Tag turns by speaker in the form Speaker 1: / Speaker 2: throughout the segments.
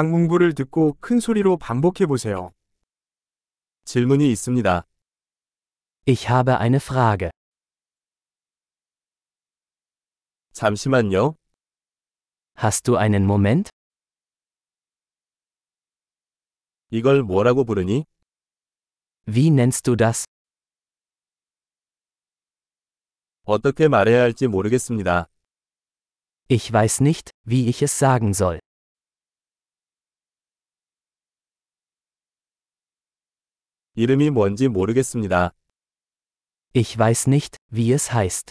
Speaker 1: 강문부를 듣고 큰 소리로 반복해 보세요. 질문이 있습니다.
Speaker 2: Ich habe eine Frage.
Speaker 1: 잠시만요.
Speaker 2: Hast du einen Moment?
Speaker 1: 이걸 뭐라고 부르니?
Speaker 2: Wie nennst du das?
Speaker 1: 어떻게 말해야 할지 모르겠습니다.
Speaker 2: Ich weiß nicht, wie ich es sagen soll.
Speaker 1: 이름이 뭔지 모르겠습니다.
Speaker 2: Ich weiß nicht, wie es heißt.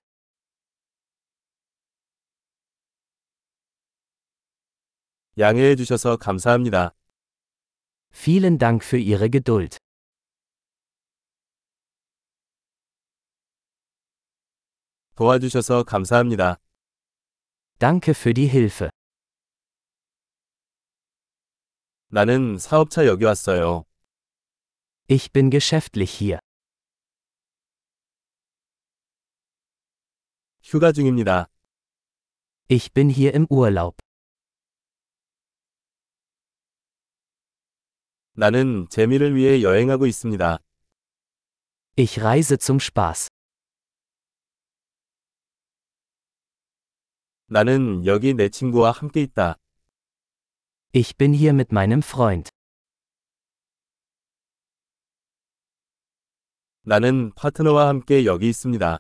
Speaker 1: 양해해 주셔서 감사합니다.
Speaker 2: Vielen Dank für Ihre Geduld.
Speaker 1: 도와주셔서 감사합니다.
Speaker 2: Danke für die Hilfe.
Speaker 1: 나는 사업차 여기 왔어요.
Speaker 2: Ich bin geschäftlich hier.
Speaker 1: 휴가 중입니다.
Speaker 2: Ich bin hier im Urlaub.
Speaker 1: 나는 재미를 위해 여행하고 있습니다.
Speaker 2: Ich reise zum Spaß.
Speaker 1: 나는 여기 내 친구와 함께 있다.
Speaker 2: Ich bin hier mit meinem Freund.
Speaker 1: 나는 파트너와 함께 여기 있습니다.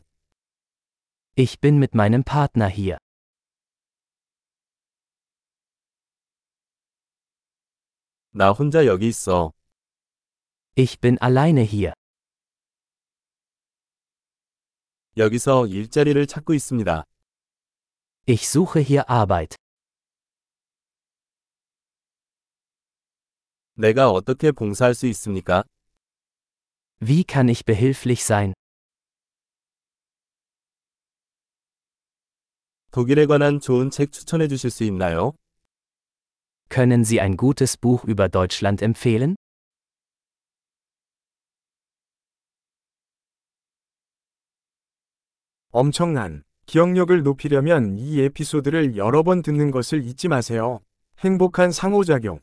Speaker 2: Ich bin mit meinem Partner hier.
Speaker 1: 나 혼자 여기 있어.
Speaker 2: Ich bin alleine hier.
Speaker 1: 여기서 일자리를 찾고 있습니다.
Speaker 2: Ich suche hier Arbeit.
Speaker 1: 내가 어떻게 봉사할 수 있습니까?
Speaker 2: Wie kann ich behilflich sein?
Speaker 1: 독일에 관한 좋은 책 추천해 주실 수 있나요?
Speaker 2: Können Sie ein gutes Buch über Deutschland empfehlen?
Speaker 1: 엄청난 기억력을 높이려면 이 에피소드를 여러 번 듣는 것을 잊지 마세요. 행복한 상호작용